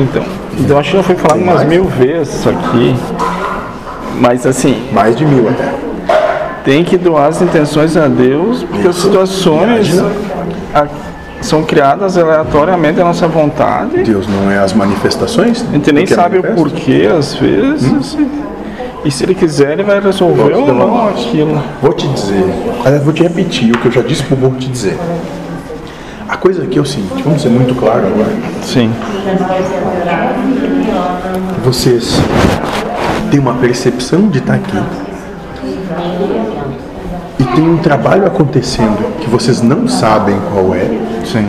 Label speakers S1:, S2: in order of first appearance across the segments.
S1: então. Eu acho que já foi falado umas mil vezes isso aqui. Mas assim,
S2: Mais de mil até.
S1: tem que doar as intenções a Deus, porque as situações a- são criadas aleatoriamente à nossa vontade.
S2: Deus não é as manifestações?
S1: A gente nem sabe o porquê, às vezes. E se ele quiser, ele vai resolver ou não aquilo.
S2: Vou te dizer, aliás, vou te repetir o que eu já disse pro Burro te dizer. A coisa aqui é o seguinte, vamos ser muito claro agora.
S1: Sim.
S2: Vocês têm uma percepção de estar aqui. E tem um trabalho acontecendo que vocês não sabem qual é,
S1: Sim.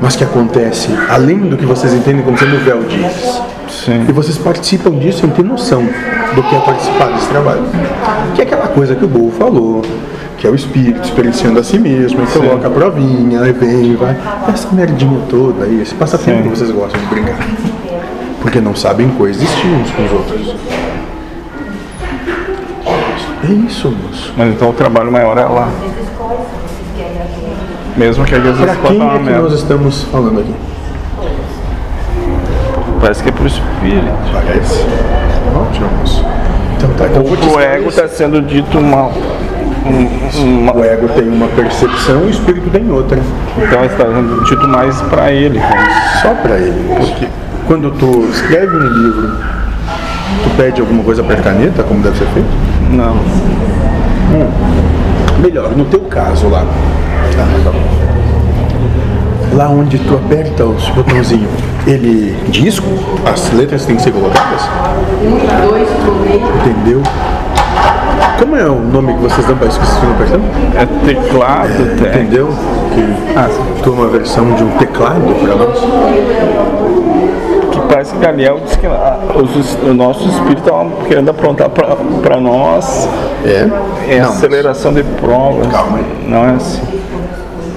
S2: mas que acontece além do que vocês entendem como sendo o véu diz.
S1: Sim.
S2: E vocês participam disso sem ter noção do que é participar desse trabalho. Que é aquela coisa que o Bol falou, que é o espírito experienciando a si mesmo, e coloca a provinha, aí vem, vai. Essa merdinha toda aí, esse passatempo que vocês gostam de brincar. Porque não sabem coexistir uns com os outros. É isso, moço.
S1: Mas então o trabalho maior é lá. Mesmo que às vezes
S2: Pra
S1: pode
S2: quem
S1: dar uma
S2: é que nós
S1: merda.
S2: estamos falando aqui?
S1: Parece que é pro espírito.
S2: Parece. Ótimo, moço. Então tá, então eu vou te
S1: O ego
S2: esclarecer.
S1: está sendo dito mal. Um- uma-
S2: O ego tem uma percepção e o espírito tem outra.
S1: então está sendo dito mais para ele. né? como
S2: só pra ele. Porque quando tu escreve um livro, tu pede alguma coisa pra caneta, como deve ser feito?
S1: se- Não.
S2: Melhor, no teu caso lá. então tá Lá onde tu aperta os botãozinhos, ele diz as letras têm que ser colocadas? Entendeu? Como é o nome que vocês dão para isso que vocês estão apertando?
S1: É teclado, né? tem.
S2: Entendeu? Que ah, tu é uma versão de um teclado para nós?
S1: Que parece que Daniel disse que ah, os- o nosso espírito é estava querendo aprontar para nós
S2: É?
S1: é
S2: Não, mas-
S1: aceleração de provas.
S2: Calma aí.
S1: Não é assim.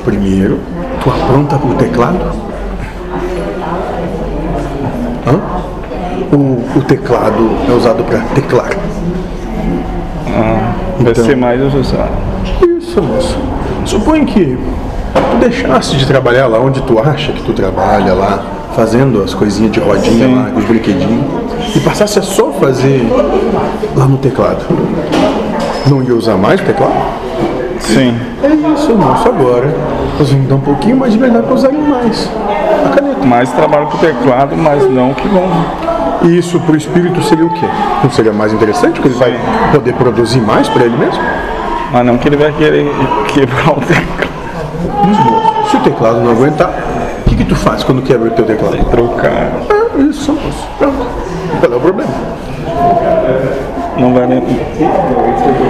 S2: Primeiro, tu apronta o teclado? Hã? O, o teclado é usado para teclar.
S1: Ah, Vai
S2: Então.
S1: ser mais usado.
S2: Isso, moço. Supõe que tu deixasse de trabalhar lá onde tu acha que tu trabalha lá, fazendo as coisinhas de rodinha
S1: Sim.
S2: lá, com os brinquedinhos, e passasse a só fazer lá no teclado. Não ia usar mais o teclado?
S1: Sim.
S2: É isso, moço. Agora, nós vamos dar um pouquinho mais de verdade para os animais. A caneta.
S1: Mais trabalho com teclado, mas não que vão.
S2: E isso para o espírito seria o quê? Não seria mais interessante? Porque ele vai poder produzir mais para ele mesmo?
S1: Mas não que ele vai querer quebrar o teclado
S2: Mas, bom, se o teclado não aguentar, o que, que tu faz quando quebra o teu teclado?
S1: e trocar.
S2: É isso, moço. Pronto. Qual é o problema?
S1: Não vai lembrar.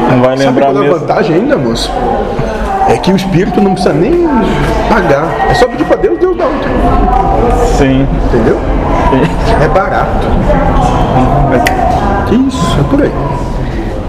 S1: Não vai
S2: Sabe
S1: lembrar
S2: qual é a
S1: mesmo.
S2: vantagem ainda, moço? É que o espírito não precisa nem pagar. É só pedir para Deus, Deus dá outro.
S1: Sim.
S2: Entendeu?
S1: Pues,
S2: É barato. Isso, é por aí.